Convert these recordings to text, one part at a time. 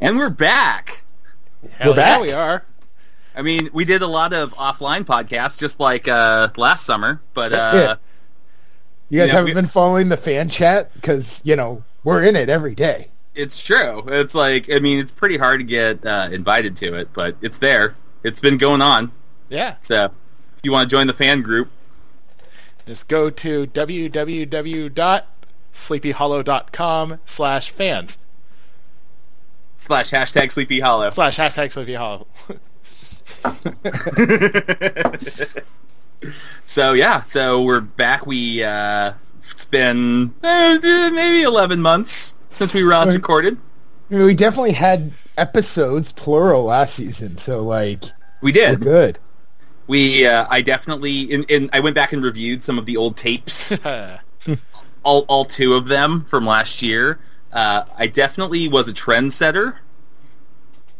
And we're back. Hell We're yeah, back. we are. I mean, we did a lot of offline podcasts just like uh, last summer, but uh, You guys Yeah, haven't we- been following the fan chat because you know we're in it every day. it's true. It's like, I mean, it's pretty hard to get uh, invited to it, but it's there. It's been going on. Yeah. So if you want to join the fan group, Just go to www.sleepyhollow.com slash fans slash hashtag Sleepy Hollow. slash hashtag Sleepy Hollow. so yeah, so we're back. We uh, it's been uh, maybe eleven months since we last Right. recorded. I mean, we definitely had episodes plural last season, so like We we're did. good. We uh, I definitely in, in I went back and reviewed some of the old tapes, Uh, all all two of them from last year. Uh, I definitely was a trendsetter.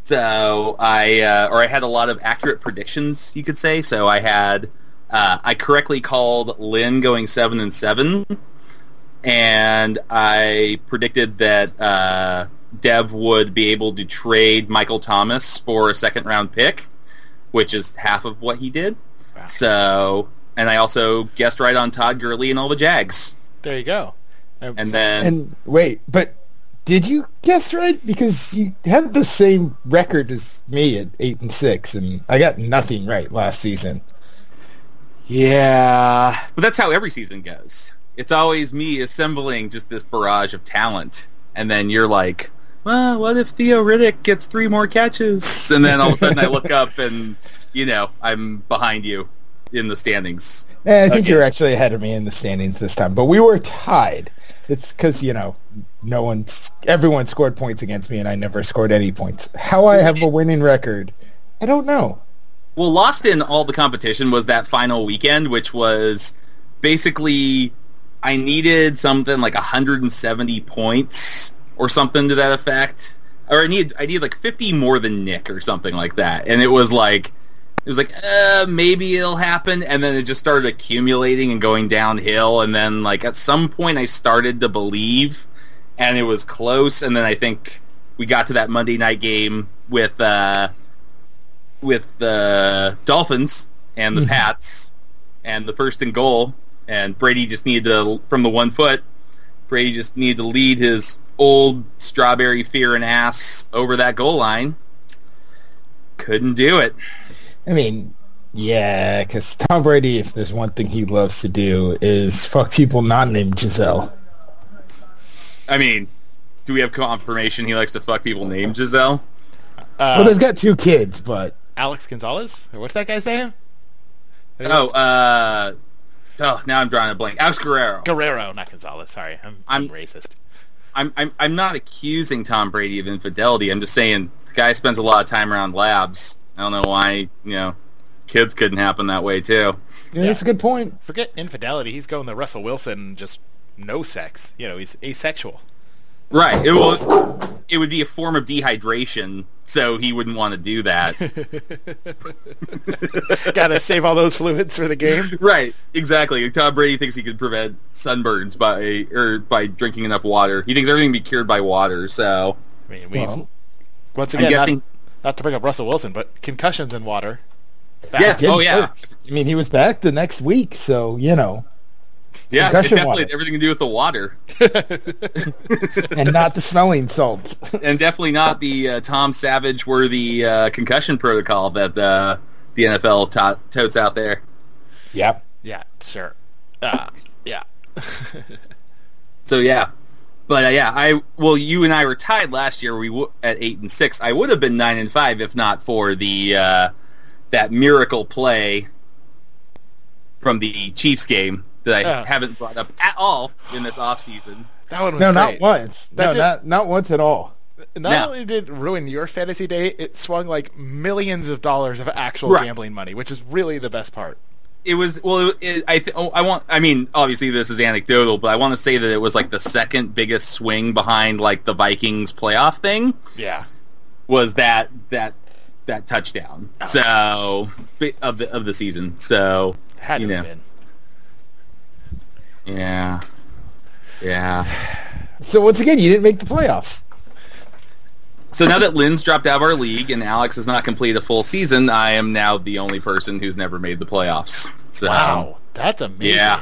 So I uh, or I had a lot of accurate predictions, you could say. So I had uh, I correctly called Lynn going seven and seven, and I predicted that uh, Dev would be able to trade Michael Thomas for a second round pick, which is half of what he did. Wow. So and I also guessed right on Todd Gurley and all the Jags, there you go. Um, And, and then And wait, but did you guess right? Because you had the same record as me at eight and six, and I got nothing right last season. Yeah, but that's how every season goes. It's always me assembling just this barrage of talent, and then you're like, "Well, what if Theo Riddick gets three more catches?" And then all of a sudden, I look up and you know I'm behind you in the standings. Eh, I think Okay. you're actually ahead of me in the standings this time, but we were tied. It's because you know, no one's everyone scored points against me, and I never scored any points. How I have a winning record, I don't know. Well, lost in all the competition was that final weekend, which was basically I needed something like 170 points or something to that effect, or I needed I needed like 50 more than Nick or something like that, and it was like it was like uh, maybe it'll happen, and then it just started accumulating and going downhill, and then like at some point I started to believe, and it was close, and then I think we got to that Monday night game with. Uh, with the Dolphins and the Pats and the first and goal, and Brady just needed to from the one foot. Brady just needed to lead his old strawberry fear and ass over that goal line. Couldn't do it. I mean, yeah, because Tom Brady, if there's one thing he loves to do, is fuck people not named Giselle. I mean, do we have confirmation he likes to fuck people named Giselle? well, uh, they've got two kids, but Alex Gonzalez? Or What's that guy's name? Oh, uh, oh, now I'm drawing a blank. Alex Guerrero. Guerrero, not Gonzalez. Sorry, I'm, I'm I'm- racist. I'm, I'm I'm not accusing Tom Brady of infidelity. I'm just saying the guy spends a lot of time around labs. I don't know why you know kids couldn't happen that way too. yeah, that's a good point. Forget infidelity. He's going the Russell Wilson, just no sex. You know, he's asexual. Right. It will. It would be a form of dehydration, so he wouldn't want to do that. Gotta save all those fluids for the game. right. Exactly. Tom Brady thinks he could prevent sunburns by or by drinking enough water. He thinks everything can be cured by water. So I mean, oh, we Well, once I'm again, not, guessing- not to bring up Russell Wilson, but concussions in water. yeah. did Oh yeah. work. I mean, he was back the next week, so you know, Yeah. It Concussion water. definitely had everything to do with the water, and not the smelling salts. and definitely not the uh, Tom Savage worthy uh, concussion protocol that uh, the NFL to- totes out there. yep. Yeah, sure. Uh, yeah. So yeah, but uh, yeah, I well, you and I were tied last year. We w- at eight and six. I would have been nine and five if not for the uh, that miracle play from the Chiefs game that I Yeah. haven't brought up at all in this offseason. That one was No, not great. once. That No, did- not not once at all. Not No. only did it ruin your fantasy day, it swung like millions of dollars of actual Right. gambling money, which is really the best part. It was well. It, I th- oh, I want. I mean, obviously this is anecdotal, but I want to say that it was like the second biggest swing behind like the Vikings playoff thing. Yeah. was that that that touchdown. So bi- of the of the season. So Had You to have know. been. yeah, yeah. So once again, you didn't make the playoffs. So now that Lynn's dropped out of our league and Alex has not completed a full season, I am now the only person who's never made the playoffs. So, Wow, that's amazing. Yeah.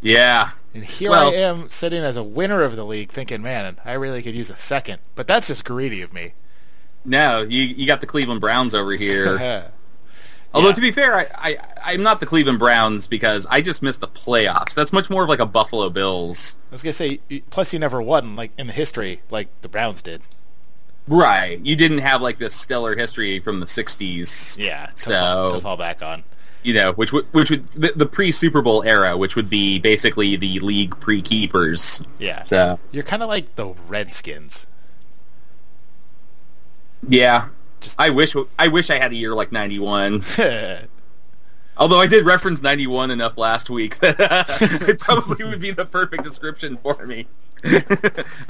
Yeah. And here Well- I am sitting as a winner of the league, thinking, "Man, I really could use a second. But that's just greedy of me. No, you you got the Cleveland Browns over here. Although Yeah. to be fair, I, I I'm not the Cleveland Browns because I just missed the playoffs. That's much more of like a Buffalo Bills. I was gonna say, y- plus you never won like in the history, like the Browns did. Right. You didn't have like this stellar history from the 60s. Yeah, to, So- fall, to fall back on. You know, which would, which would the, the pre-Super Bowl era, which would be basically the league pre-keepers. Yeah, So, you're kind of like the Redskins. yeah. Just- I wish I wish I had a year like 91. yeah, Although I did reference 91 enough last week that it probably would be the perfect description for me. I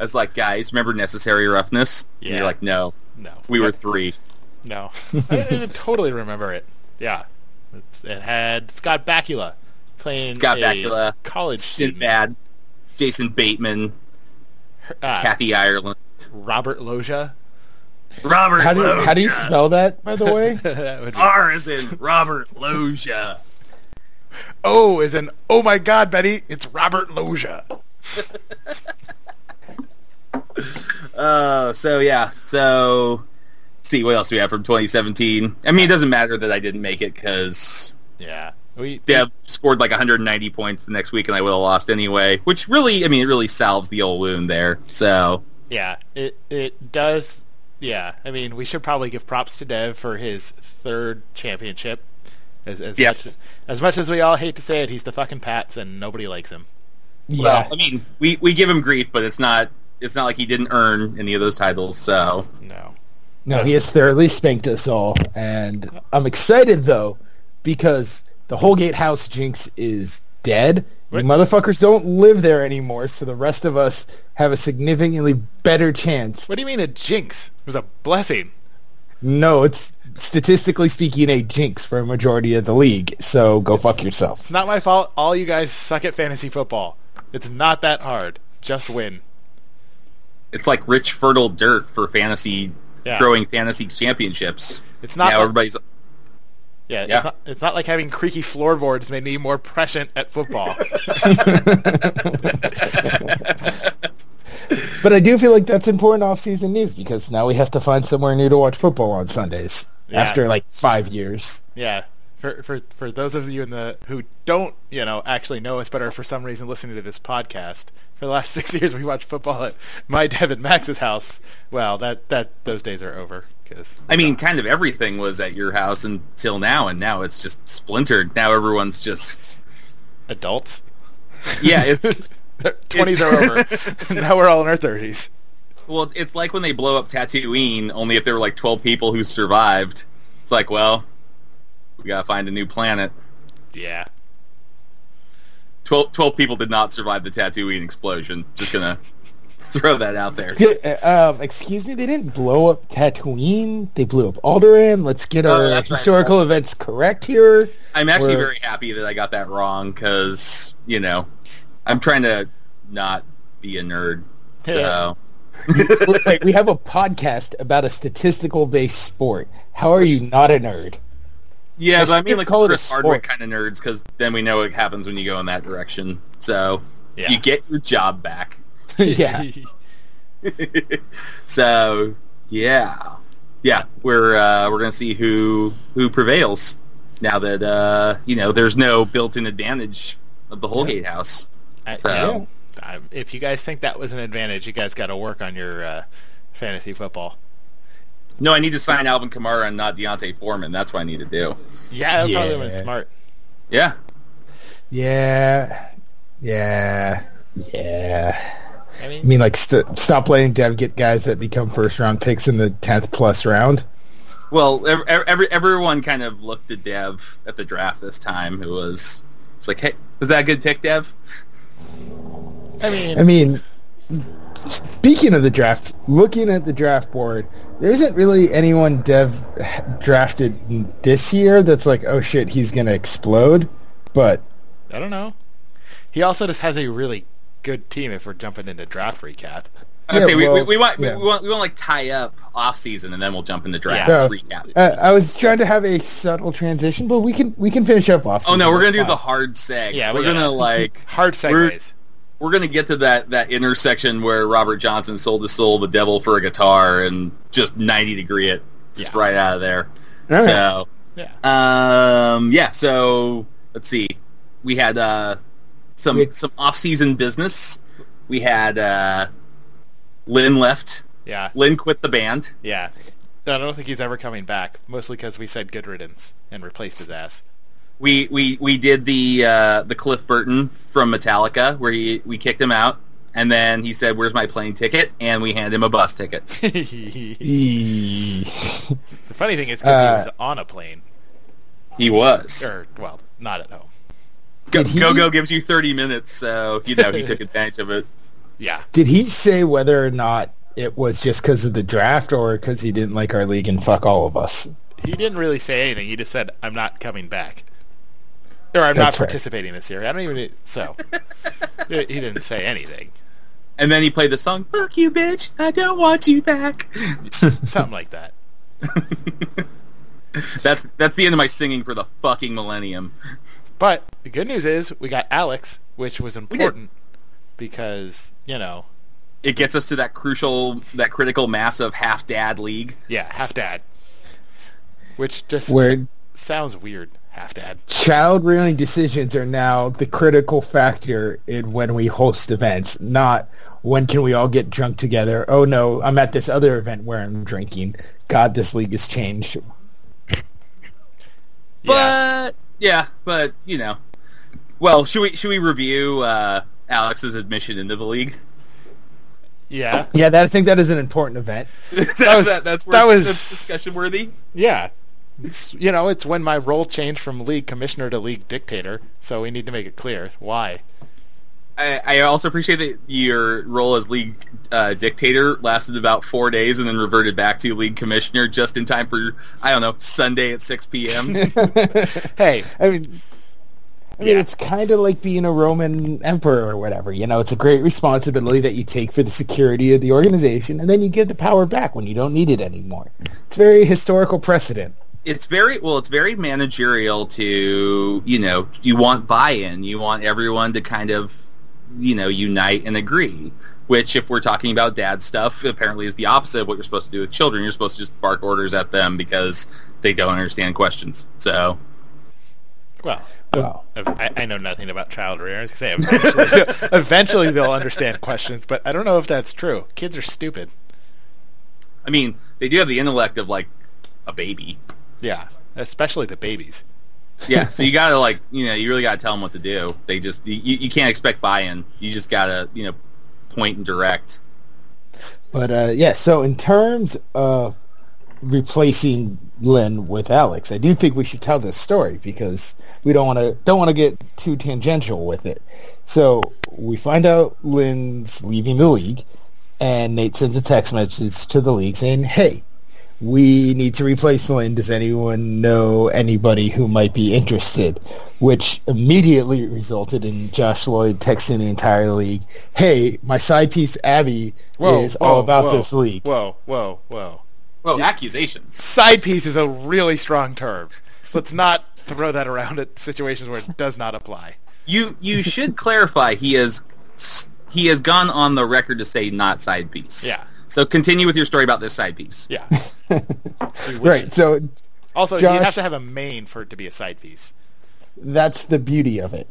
was like, guys, remember necessary roughness? And Yeah. you're like, no, no, we were three. no. I, I totally remember it. Yeah, it's, it had Scott Bakula playing Scott a Bakula, college student, Sinbad, Jason Bateman, uh, Kathy Ireland, Robert Loja. Robert How do you, Loggia. how do you spell that, by the way? That would be- R is in Robert Loggia. oh, is an oh my god, Betty, it's Robert Loja. Uh, so yeah, so let's see what else we have from 2017. I mean, it doesn't matter that I didn't make it because Yeah, we Deb scored like 190 points the next week, and I would have lost anyway. Which really, I mean, it really salves the old wound there. So Yeah, it it does. Yeah, I mean, we should probably give props to Dev for his third championship. As as, Yes. much, as much as we all hate to say it, he's the fucking Pats, and nobody likes him. yeah. well, I mean, we we give him grief, but it's not it's not like he didn't earn any of those titles. So No. No, he has thoroughly spanked us all, and I'm excited though because the Holgate House jinx is dead. Right. You motherfuckers don't live there anymore, so the rest of us have a significantly better chance. What do you mean a jinx? It was a blessing. No, it's statistically speaking a jinx for a majority of the league. So go fuck yourself. It's not my fault. All you guys suck at fantasy football. It's not that hard. Just win. it's like rich, fertile dirt for fantasy Yeah. growing fantasy championships. It's not. now like, everybody's yeah, yeah. It's, not, it's not like having creaky floorboards made me more prescient at football. But I do feel like that's important off-season news because now we have to find somewhere new to watch football on Sundays Yeah. after like five years. Yeah. For, for for those of you in the who don't you know actually know us but are for some reason listening to this podcast for the last six years we watched football at my Deb and Max's house. Well, that that those days are over because I mean, kind of everything was at your house until now, and now it's just splintered. Now everyone's just adults, yeah. It's twenties are over. now we're all in our thirties. well, it's like when they blow up Tatooine, only if there were like twelve people who survived. It's like, well, we gotta find a new planet. Yeah. 12, 12 people did not survive the Tatooine explosion. Just gonna throw that out there. Yeah, uh, um, excuse me, they didn't blow up Tatooine. They blew up Alderaan. Let's get Oh, our that's right. historical events correct here. I'm actually We're- very happy that I got that wrong because you know I'm trying to not be a nerd. Yeah. So Wait, we have a podcast about a statistical-based sport. How are you not a nerd? Yeah, I but I should mean like call it a Chris Hardwick sport. kind of nerds because then we know what happens when you go in that direction. So Yeah. you get your job back. yeah, so yeah, yeah, we're uh, we're gonna see who who prevails now that uh, you know there's no built-in advantage of the Holgate House. I, So- yeah. I, if you guys think that was an advantage, you guys got to work on your uh, fantasy football. No, I need to sign Alvin Kamara and not Deontay Foreman. That's what I need to do. Yeah, that probably went Yeah. smart. Yeah, yeah, yeah, yeah. I mean, I mean, like, st- stop letting Dev get guys that become first-round picks in the tenth plus round. Well, ev- ev- every, everyone kind of looked to Dev at the draft this time. Who was it's like, hey, was that a good pick, Dev? I mean, I mean, speaking of the draft, looking at the draft board, there isn't really anyone Dev drafted this year that's like, oh shit, he's gonna explode. But I don't know. He also just has a really good team if we're jumping into draft recap. I Yeah, say we, well, we, we want yeah. we, want we want like tie up off season and then we'll jump into draft Yeah. recap. Uh, I was trying to have a subtle transition, but we can we can finish up off. oh no, we're gonna do the hard seg. Yeah, we're we gonna gotta- like Hard segues. we're gonna get to that that intersection where Robert Johnson sold his soul to the devil for a guitar and just ninety degree it just Yeah. right out of there. All right. So Yeah. um, yeah, so let's see. We had uh, some We- some off season business. We had uh, Lynn left. Yeah. Lynn quit the band. Yeah. I don't think he's ever coming back, mostly because we said good riddance and replaced his ass. We we, we did the uh, the Cliff Burton from Metallica where he we kicked him out and then he said, Where's my plane ticket? and we hand him a bus ticket. the E- funny thing is because Uh, he was on a plane, He was. or well, not at home. Go Did he- Go Go gives you thirty minutes, so you know he took advantage of it. Yeah. Did he say whether or not it was just because of the draft or because he didn't like our league and fuck all of us? He didn't really say anything. He just said, "I'm not coming back," or "I'm That's not fair. participating this year." I don't even e-, so. he he didn't say anything. And then he played the song, Fuck you bitch, I don't want you back. Something like that. That's that's the end of my singing for the fucking millennium. But the good news is we got Alex, which was did. important because you know, It gets us to that crucial, that critical mass of half dad league. yeah, half dad, which just Word. s- sounds weird. Half dad. Child rearing decisions are now the critical factor in when we host events, not when can we all get drunk together. Oh no, I'm at this other event where I'm drinking. God, this league has changed. Yeah. But yeah, but you know, well, should we should we review uh, Alex's admission into the league? yeah. Yeah, that, I think that is an important event. that was- that's that was- that's discussion worthy. Yeah. It's, you know, it's when my role changed from league commissioner to league dictator, so we need to make it clear why. I, I also appreciate that your role as league uh, dictator lasted about four days and then reverted back to league commissioner just in time for I don't know Sunday at six p.m. Hey, I mean, I mean, Yeah. it's kind of like being a Roman emperor or whatever. You know, it's a great responsibility that you take for the security of the organization, and then you give the power back when you don't need it anymore. It's very historical precedent. it's very well it's very managerial to you know you want buy-in you want everyone to kind of you know unite and agree which if we're talking about dad stuff apparently is the opposite of what you're supposed to do with children you're supposed to just bark orders at them because they don't understand questions so well, Well, I, I know nothing about child rearing. I was gonna say eventually, eventually they'll understand questions, but I don't know if that's true. Kids are stupid. i mean they do have the intellect of like a baby Yeah, especially the babies. yeah so you gotta like you know you really gotta tell them what to do they just you, you can't expect buy-in you just gotta you know point and direct But uh, yeah, so in terms of replacing Lynn with Alex, I do think we should tell this story because we don't want to don't want to get too tangential with it. So we find out Lynn's leaving the league, and Nate sends a text message to the league saying, "Hey, we need to replace Lynn. Does anyone know anybody who might be interested? Which immediately resulted in Josh Lloyd texting the entire league, "Hey, my side piece Abby is all about whoa, this league." Whoa, whoa, whoa! well accusations Side piece is a really strong term. Let's not throw that around at situations where it does not apply. You you should clarify he is he has gone on the record to say not side piece. Yeah. So continue with your story about this side piece. Yeah. We wish Right. it. So Also, you Josh- have to have a main for it to be a side piece. that's the beauty of it.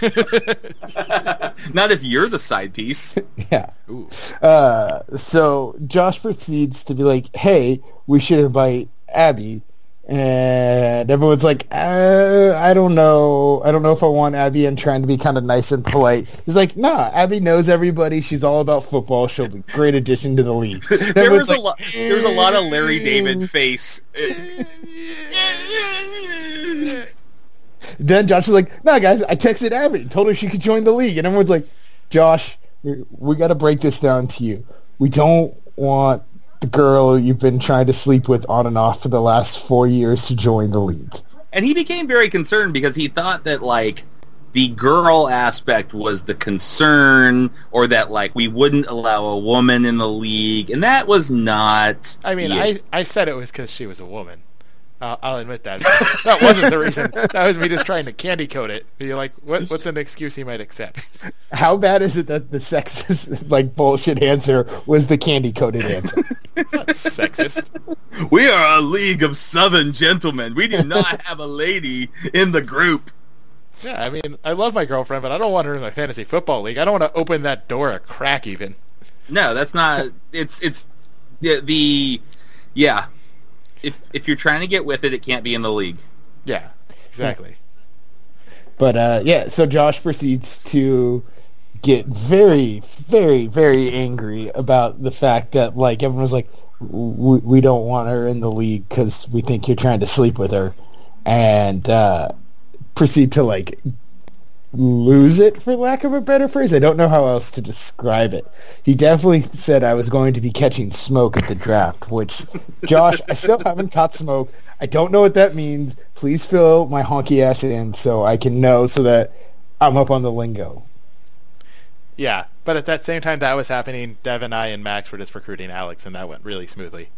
Not if you're the side piece. Yeah. Ooh. Uh, so Josh proceeds to be like, "Hey, we should invite Abby," and everyone's like, uh, "I don't know. I don't know if I want Abby." And trying to be kind of nice and polite, he's like, "Nah, Abby knows everybody. She's all about football. She'll be a great addition to the league." There Everyone's was a like, lot. There was a lot of Larry David face. eh, Then Josh is like, "Nah, guys, I texted Abby and told her she could join the league." And everyone's like, "Josh, we, we got to break this down to you. We don't want the girl you've been trying to sleep with on and off for the last four years to join the league." And he became very concerned because he thought that like the girl aspect was the concern or that like we wouldn't allow a woman in the league and that was not I mean, the I, I said it was because she was a woman. Uh, I'll admit that. that wasn't the reason. That was me just trying to candy coat it. You're like, what, what's an excuse he might accept? How bad is it that the sexist, like, bullshit answer was the candy-coated answer? That's sexist. We are a league of southern gentlemen. We do not have a lady in the group. Yeah, I mean, I love my girlfriend, but I don't want her in my fantasy football league. I don't want to open that door a crack even. No, that's not. It's it's the, the yeah. If if you're trying to get with it, it can't be in the league. Yeah, exactly. But uh, yeah, so Josh proceeds to get very, very, very angry about the fact that like everyone was like, we, we don't want her in the league because we think you're trying to sleep with her, and uh, proceed to like lose it for lack of a better phrase. I don't know how else to describe it. He definitely said I was going to be catching smoke at the draft, which Josh, I still haven't caught smoke. I don't know what that means. Please fill my honky ass in so I can know so that I'm up on the lingo. Yeah, but at that same time that was happening, Dev and I and Max were just recruiting Alex, and that went really smoothly.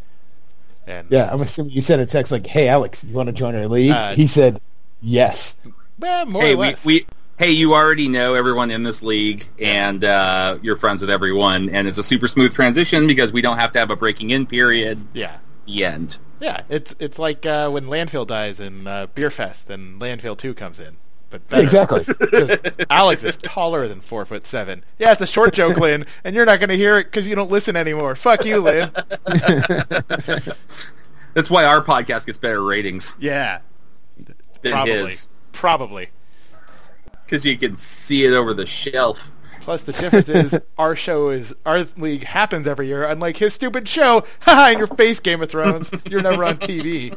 And Yeah, I'm assuming you sent a text like, "Hey Alex, you want to join our league?" Uh, he said, "Yes." well, more hey, or we, less. we hey, you already know everyone in this league, and uh, you're friends with everyone, and it's a super smooth transition because we don't have to have a breaking in period. yeah. The end. Yeah, it's it's like uh, when Landfill dies in uh, Beer Fest and Landfill Two comes in, but better. Exactly. 'Cause Alex is taller than four foot seven. Yeah, it's a short joke, Lynn, and you're not going to hear it because you don't listen anymore. Fuck you, Lynn. That's why our podcast gets better ratings Yeah, than probably, his probably. because you can see it over the shelf. Plus, the difference is our show is our league happens every year, unlike his stupid show. Haha, in your face, Game of Thrones. You're never on TV.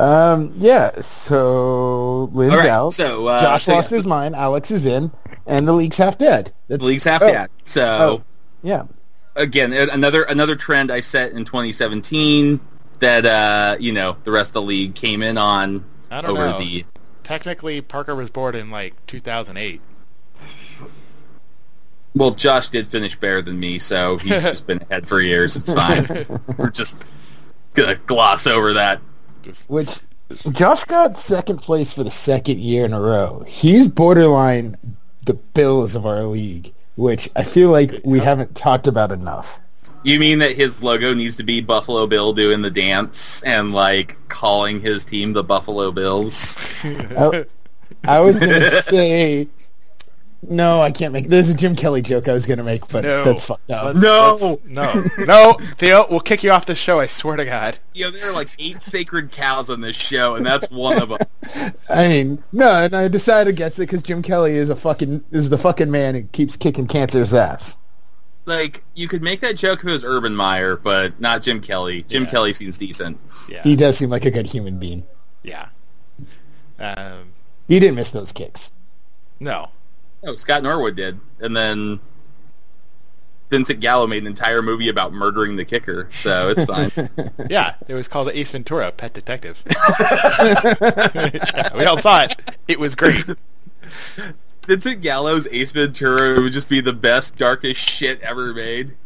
Um, yeah. So Lynn's All right, out. so, uh, Josh so lost yeah. his mind. Alex is in, and the league's half dead. That's, The league's half oh, dead. So. Oh, yeah. again a- another another trend I set in 2017 that uh, you know the rest of the league came in on I don't over know. the Technically, Parker was born in like 2008. well Josh did finish better than me so he's just been ahead for years it's fine we're just gonna gloss over that Which Josh got second place for the second year in a row. He's borderline the Bills of our league, which I feel like we haven't talked about enough. you mean that his logo needs to be Buffalo Bill doing the dance and like calling his team the Buffalo Bills I, Oh, I was gonna say. No, I can't make. There's a Jim Kelly joke I was gonna make, but No. that's fucked up. Let's- No. let's- no, no, Theo, we'll kick you off the show. I swear to God. you know there are like eight sacred cows on this show and that's one of them I mean, no, and I decided against it because Jim Kelly is a fucking is the fucking man who keeps kicking cancer's ass. like you could make that joke if it was Urban Meyer, but not Jim Kelly. Jim Yeah. Kelly seems decent. Yeah, He does seem like a good human being. yeah. Um, He didn't miss those kicks. no, Oh, Scott Norwood did, and then Vincent Gallo made an entire movie about murdering the kicker, so it's fine. yeah, it was called Ace Ventura: Pet Detective. Yeah, we all saw it. It was great. Vincent Gallo's Ace Ventura would just be the best, darkest shit ever made.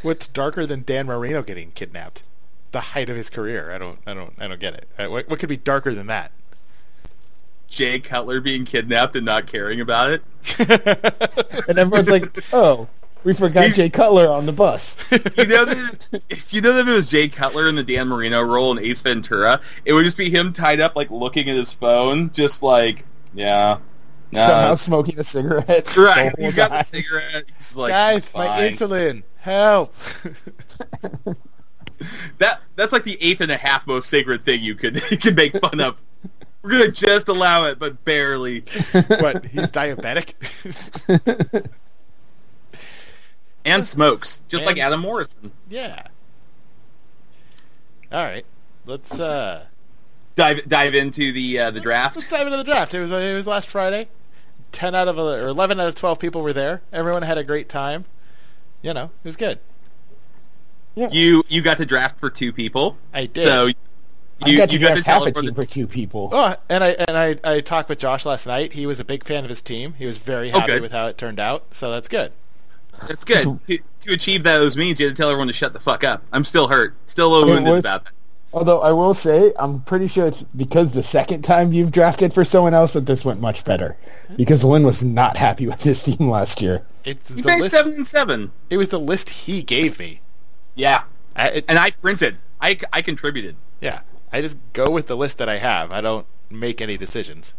What's darker than Dan Marino getting kidnapped? The height of his career. I don't, I don't, I don't get it. Uh, What, what could be darker than that? Jay Cutler being kidnapped and not caring about it. And everyone's like, oh, we forgot Jay Cutler on the bus. You know that if you know that if it was Jay Cutler in the Dan Marino role in Ace Ventura, it would just be him tied up, like looking at his phone, just like yeah. nah, Somehow it's- smoking a cigarette. Right. The whole He's got the time. cigarette. He's like, Guys, "It's my fine." insulin. Help! that that's like the eighth and a half most sacred thing you could you could make fun of. We're gonna just allow it, but barely. what? He's diabetic. And smokes, just And- like Adam Morrison. yeah. All right. Let's uh. Dive dive into the uh, the Let's draft. dive into the draft. It was it was last Friday. Ten out of or eleven out of twelve people were there. Everyone had a great time. You know, it was good. You you got to draft for two people. I did. So You- I've got to you got draft to tell half a it for the- team for two people. Oh, and I and I, I talked with Josh last night. He was a big fan of his team. He was very Oh, happy good. with how it turned out. So that's good. That's good. to, to achieve those means, you had to tell everyone to shut the fuck up. I'm still hurt. Still a It wounded was- about that. Although I will say, I'm pretty sure it's because the second time you've drafted for someone else that this went much better. Because Lynn was not happy with his team last year. It's You the finished list, seven and seven. It was the list he gave me. Yeah, I, it, and I printed. I, I contributed. yeah, I just go with the list that I have. I don't make any decisions.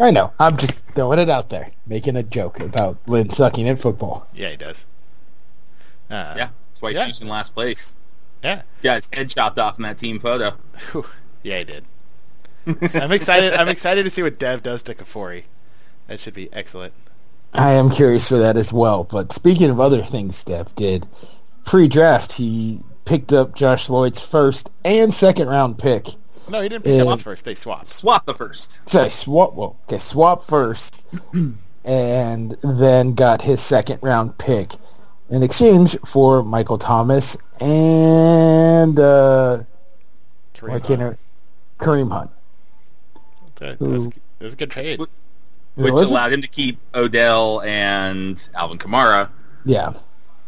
I know. I'm just throwing it out there, making a joke about Lynn sucking at football. Yeah, he does. Uh, Yeah, that's why Yeah. Houston last place. yeah, Yeah, his head chopped off in that team photo. Whew. yeah, he did. I'm excited. I'm excited to see what Dev does to Kafori. That should be excellent. I am curious for that as well. But speaking of other things Dev did, pre-draft, he picked up Josh Lloyd's first and second round pick. No, he didn't pick up Uh, his first. They swapped. Swap the first. Sorry, swap. Well, okay, swap first, and then got his second round pick in exchange for Michael Thomas and uh, Kareem why can't Hunt. I- Kareem Hunt. That- that was- that was a good trade. which Was it? allowed him to keep Odell and Alvin Kamara. Yeah,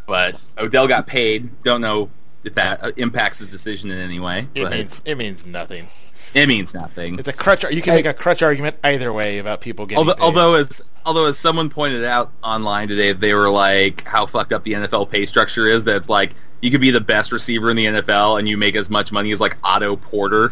But Odell got paid. Don't know if that uh, impacts his decision in any way. It but means it means nothing. it means nothing. It's a crutch. You can I- make a crutch argument either way about people getting. Although, paid. although as although as someone pointed out online today, they were like how fucked up the NFL pay structure is. That's like you could be the best receiver in the NFL and you make as much money as like Otto Porter.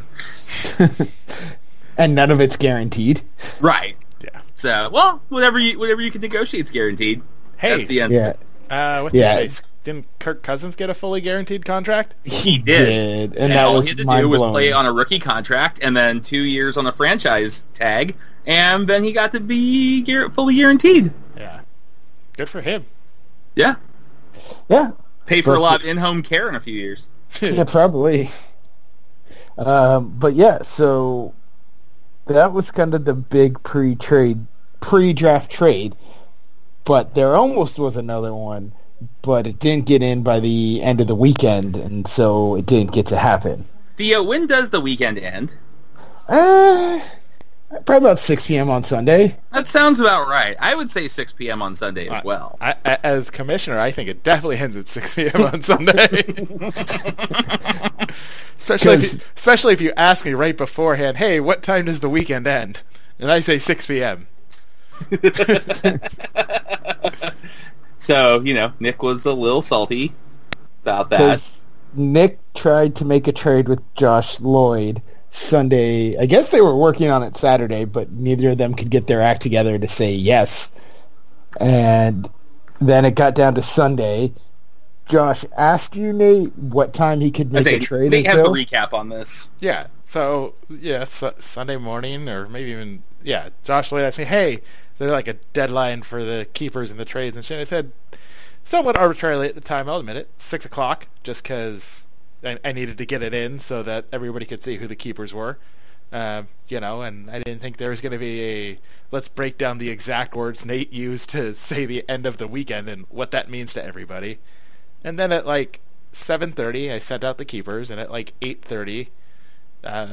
and none of it's guaranteed. Right. yeah. So well, whatever you whatever you can negotiate is guaranteed. Hey, At the end, Yeah, uh, what's Yeah. his face? Didn't Kirk Cousins get a fully guaranteed contract? he did, and, And, that all was he had to mind do was blowing. play on a rookie contract and then two years on a franchise tag, and then he got to be guar- fully guaranteed. Yeah. Good for him. Yeah, yeah, pay for a But- lot of in-home care in a few years. yeah, probably. Um, but yeah, so that was kind of the big pre-trade, pre-draft trade. But there almost was another one, but it didn't get in by the end of the weekend, and so it didn't get to happen. Theo, when does the weekend end? Uh, probably about 6 p.m. on Sunday. That sounds about right. I would say 6 p.m. on Sunday as well. I, I, as commissioner, I think it definitely ends at 6 p.m. on Sunday. especially, if you, 'Cause- especially if you ask me right beforehand, hey, what time does the weekend end? And I say 6 p.m. So you know, Nick was a little salty about that. Because Nick tried to make a trade with Josh Lloyd Sunday. I guess they were working on it Saturday, but neither of them could get their act together to say yes. And then it got down to Sunday. Josh asked you, Nate, what time he could I make say, a trade Nate has the until. recap on this. Yeah. So yeah, su- Sunday morning or maybe even yeah. Josh Lloyd asked me, "Hey, is there like a deadline for the keepers and the trades and shit?" I said, somewhat arbitrarily at the time, I'll admit it, six o'clock, just because I, I needed to get it in so that everybody could see who the keepers were. Um, you know, and I didn't think there was going to be a let's break down the exact words Nate used to say the end of the weekend and what that means to everybody. And then at like 7:30, I sent out the keepers, and at like 8:30, uh,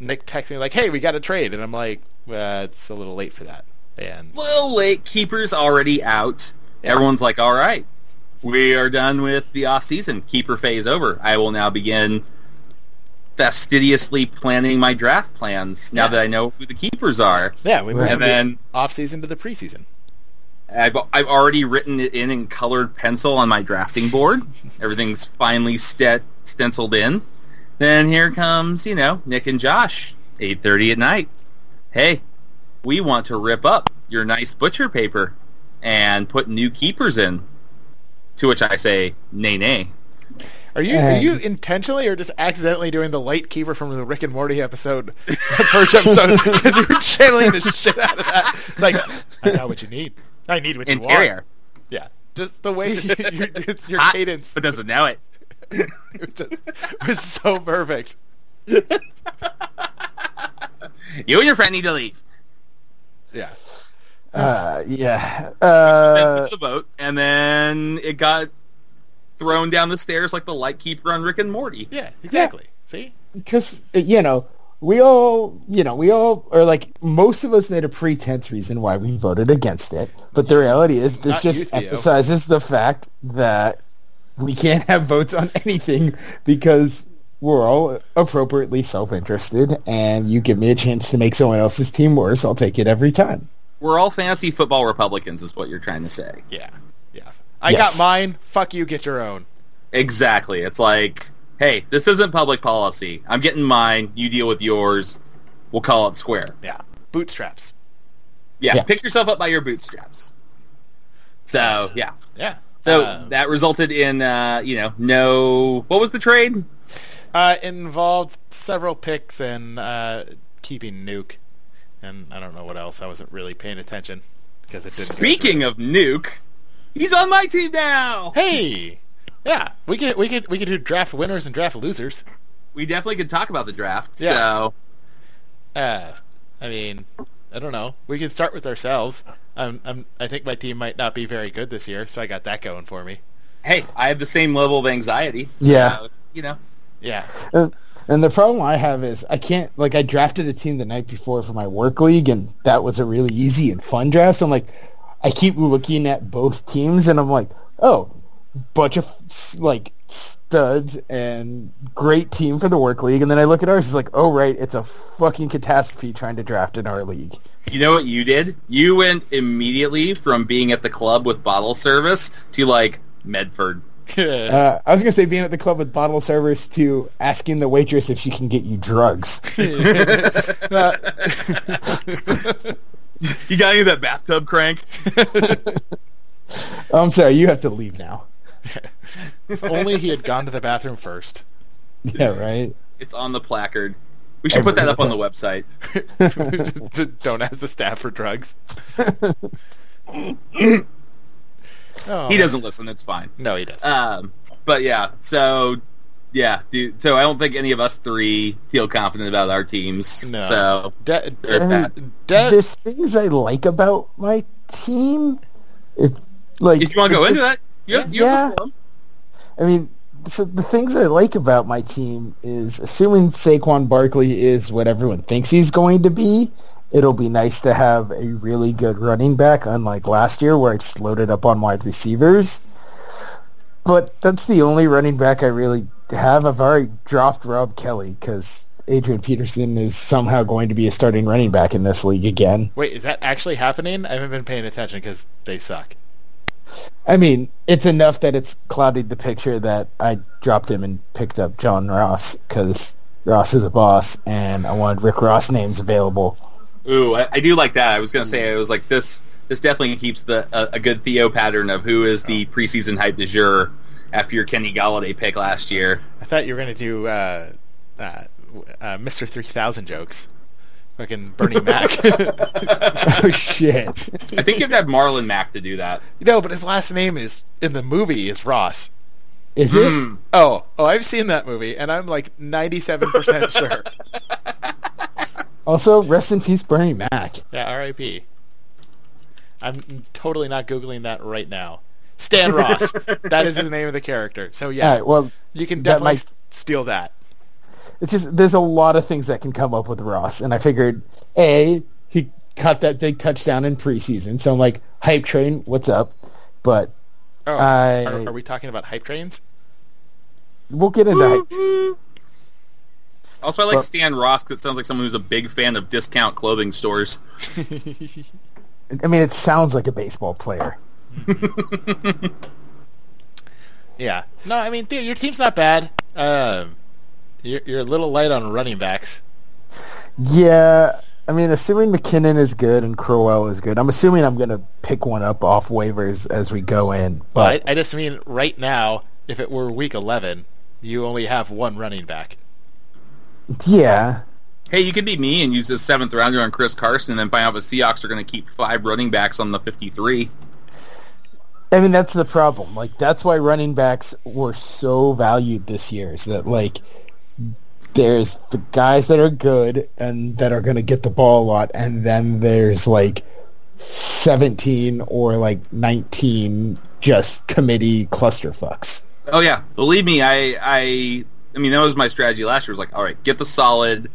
Nick texted me like, "Hey, we got a trade," and I'm like, uh, "It's a little late for that." And Well, late keeper's already out. Everyone's like, all right, we are done with the off season. Keeper phase over. I will now begin fastidiously planning my draft plans now Yeah. that I know who the keepers are. yeah, we Right. went And from then the off season to the preseason. I've, I've already written it in in colored pencil on my drafting board. Everything's finally stet, stenciled in. Then here comes, you know, Nick and Josh, 8.30 at night. Hey, we want to rip up your nice butcher paper and put new keepers in. To which I say, nay, nay. Are you are you And- intentionally or just accidentally doing the light keeper from the Rick and Morty episode, the purge episode, because you were channeling the shit out of that? Like, I got what you need. I need what you want. Interior. Yeah, just the way you, you, it's your Hot, cadence but doesn't know it. it was, just, it was so perfect. You and your friend need to leave. Yeah, Uh, yeah. Then Uh, took the vote, and then it got thrown down the stairs like the light keeper on Rick and Morty. yeah, exactly. See, because you know we all you know we all or like most of us made a pretense reason why we voted against it but the reality is this Not just you, Theo. emphasizes the fact that we can't have votes on anything because we're all appropriately self-interested and you give me a chance to make someone else's team worse i'll take it every time We're all fantasy football Republicans, is what you're trying to say. Yeah, yeah. I Yes. got mine. Fuck you. Get your own. Exactly. It's like, hey, this isn't public policy. I'm getting mine. You deal with yours. We'll call it square. Yeah, bootstraps. Yeah, Yeah. pick yourself up by your bootstraps. So yeah, Yeah. so Uh, that resulted in uh, you know no. What was the trade? Uh, it involved several picks and uh, keeping Nuke, and I don't know what else. I wasn't really paying attention because it didn't. go Speaking of Nuke, he's on my team now. through. hey, yeah, we could we could we could do draft winners and draft losers. We definitely could talk about the draft. Yeah. So Uh, I mean, I don't know. We can start with ourselves. Um, I'm, I think my team might not be very good this year, so I got that going for me. hey, I have the same level of anxiety. So, Yeah. you know. Yeah, And, and the problem I have is I can't like I drafted a team the night before for my work league, and that was a really easy and fun draft. So I'm like, I keep looking at both teams, and I'm like, oh, bunch of like studs and great team for the work league, and then I look at ours, it's like, oh right, it's a fucking catastrophe trying to draft in our league. You know what you did? You went immediately from being at the club with bottle service to like Medford. Uh, I was gonna say being at the club with bottle service to asking the waitress if she can get you drugs. You got any of that bathtub crank? I'm sorry, you have to leave now. if only he had gone to the bathroom first. Yeah, right. It's on the placard. We should put that up on the website. Just don't ask the staff for drugs. Oh, He doesn't listen. It's fine. No, he doesn't. Um, but yeah, so yeah, dude, so I don't think any of us three feel confident about our teams. No. So De- uh, there's I mean, that. de- there's things I like about my team. If like, If you want to go it into just- that, you have, you have the Yeah. floor. I mean, so the things I like about my team is assuming Saquon Barkley is what everyone thinks he's going to be. It'll be nice to have a really good running back, unlike last year where I just loaded up on wide receivers. But that's the only running back I really have. I've already dropped Rob Kelly because Adrian Peterson is somehow going to be a starting running back in this league again. Wait, is that actually happening? I haven't been paying attention because they suck. I mean, it's enough that it's clouded the picture that I dropped him and picked up John Ross because Ross is a boss, and I wanted Rick Ross names available. Ooh, I, I do like that. I was gonna say I was like this. This definitely keeps the a, a good Theo pattern of who is the preseason hype du jour after your Kenny Galladay pick last year. I thought you were gonna do uh, uh, uh, Mr. Three Thousand jokes, fucking Bernie Mac. oh shit! I think you'd have Marlon Mack to do that. no, but his last name is in the movie is Ross. Is it? Hmm. Oh, oh, I've seen that movie, and I'm like ninety-seven percent sure. Also, rest in peace, Bernie Mac. Yeah, R.I.P. I'm totally not googling that right now. Stan Ross. that is the name of the character. So yeah, All right. Well, you can that definitely might- s- steal that. it's just there's a lot of things that can come up with Ross, and I figured a he caught that big touchdown in preseason, so I'm like hype train. What's up? But Oh, I- are, are we talking about hype trains? we'll get into hype. Also, I like But- Stan Ross because it sounds like someone who's a big fan of discount clothing stores. I mean, it sounds like a baseball player. Yeah. No, I mean, dude, your team's not bad. Um, you're, you're a little light on running backs. Yeah, I mean, assuming McKinnon is good and Crowell is good, I'm assuming I'm going to pick one up off waivers as we go in. I, But I just mean right now, if it were week 11, you only have one running back. yeah, Hey, you could be me and use a seventh rounder on Chris Carson, and then find out the Seahawks are going to keep five running backs on the fifty-three. I mean that's the problem. Like that's why running backs were so valued this year is that like there's the guys that are good and that are going to get the ball a lot, and then there's like 17 or like 19 just committee clusterfucks. Oh yeah, believe me, I I I mean, that was my strategy last year. Was like, all right, get the solid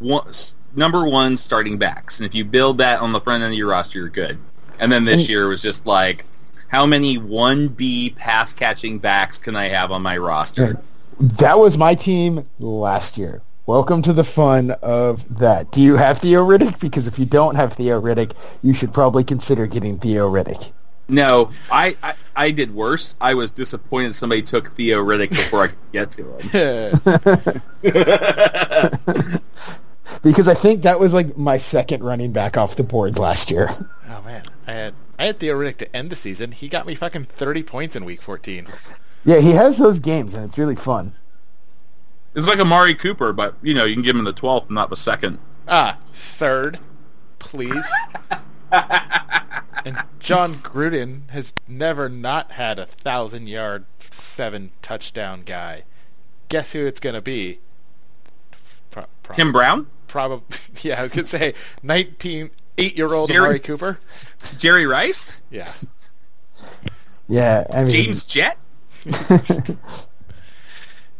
one, s- number one starting backs, and if you build that on the front end of your roster, you're good. And then this year was just like, how many one B pass catching backs can I have on my roster? That was my team last year. Welcome to the fun of that. Do you have Theo Riddick? Because if you don't have Theo Riddick, you should probably consider getting Theo Riddick. No, I, I I did worse. I was disappointed somebody took Theo Riddick before I could get to him. Because I think that was like my second running back off the board last year. oh man, I had I had Theo Riddick to end the season. He got me fucking thirty points in week fourteen. Yeah, he has those games, and it's really fun. It's like Amari Cooper, but you know you can give him the twelfth, not the second. Ah, third, please. and John Gruden has never not had a thousand yard, seven touchdown guy. Guess who it's gonna be? Pro- pro- Tim Brown, probably yeah, I was gonna say 19, 8 year old Jerry- Amari Cooper. Jerry Rice, Yeah, Yeah, I mean, James Jett.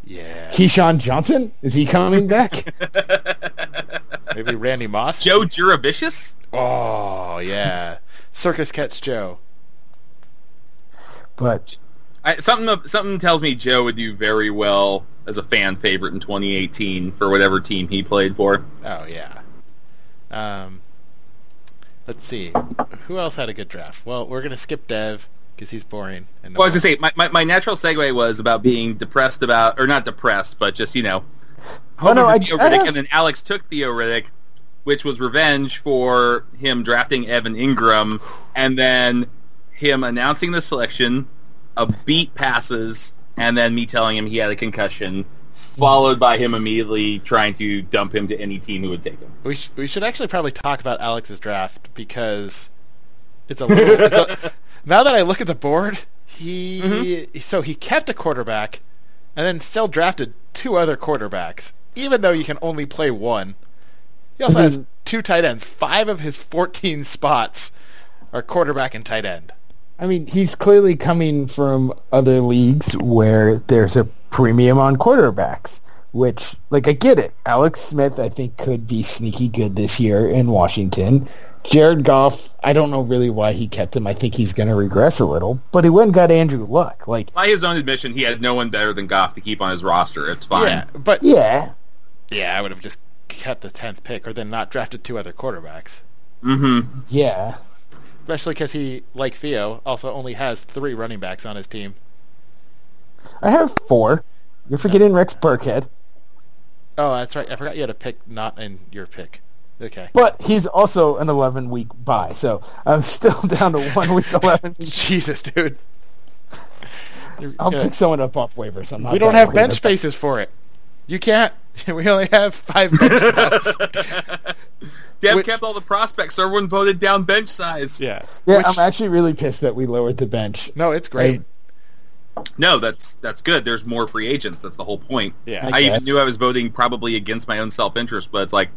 yeah. Keyshawn Johnson is he coming back? Maybe Randy Moss. Joe Juravicious? Oh yeah, Circus Catch Joe. but I, something something tells me Joe would do very well as a fan favorite in 2018 for whatever team he played for. Oh yeah. Um, let's see. Who else had a good draft? Well, we're gonna skip Dev because he's boring. And Well, I was gonna say my, my, my natural segue was about being depressed about or not depressed, but just you know, Oh, no, hoping for I- Theo I Riddick, have- and then Alex took Theo Riddick, which was revenge for him drafting Evan Ingram, and then him announcing the selection, a beat passes, and then me telling him he had a concussion, followed by him immediately trying to dump him to any team who would take him. we sh- we should actually probably talk about Alex's draft because it's a little. it's a, now that I look at the board, he Mm-hmm. so he kept a quarterback, and then still drafted two other quarterbacks, even though you can only play one. He also Mm-hmm. has two tight ends. Five of his fourteen spots are quarterback and tight end. I mean, he's clearly coming from other leagues where there's a premium on quarterbacks. Which, like, I get it. Alex Smith, I think, could be sneaky good this year in Washington. Jared Goff, I don't know really why he kept him. I think he's going to regress a little, but he went and got Andrew Luck. Like, By his own admission, he had no one better than Goff to keep on his roster. It's fine. Yeah, but yeah, Yeah, I would have just kept the tenth pick, or then not drafted two other quarterbacks. Mm-hmm. yeah. Especially because he, like Theo, also only has three running backs on his team. I have four. You're forgetting Rex Burkhead, Oh, that's right. I forgot you had a pick not in your pick. Okay. but he's also an 11 week bye, so I'm still down to one week 11. Jesus, dude. You're- I'll yeah. pick someone up off waivers. I'm not We don't that have worried bench about- spaces for it. You can't. We only have five bench spots. Dev Wait- kept all the prospects. Everyone voted down bench size. Yeah. Yeah, Which- I'm actually really pissed that we lowered the bench. no, it's great. I- No, that's that's good. There's more free agents. That's the whole point. Yeah. I, I even guess. knew I was voting probably against my own self interest, but it's like,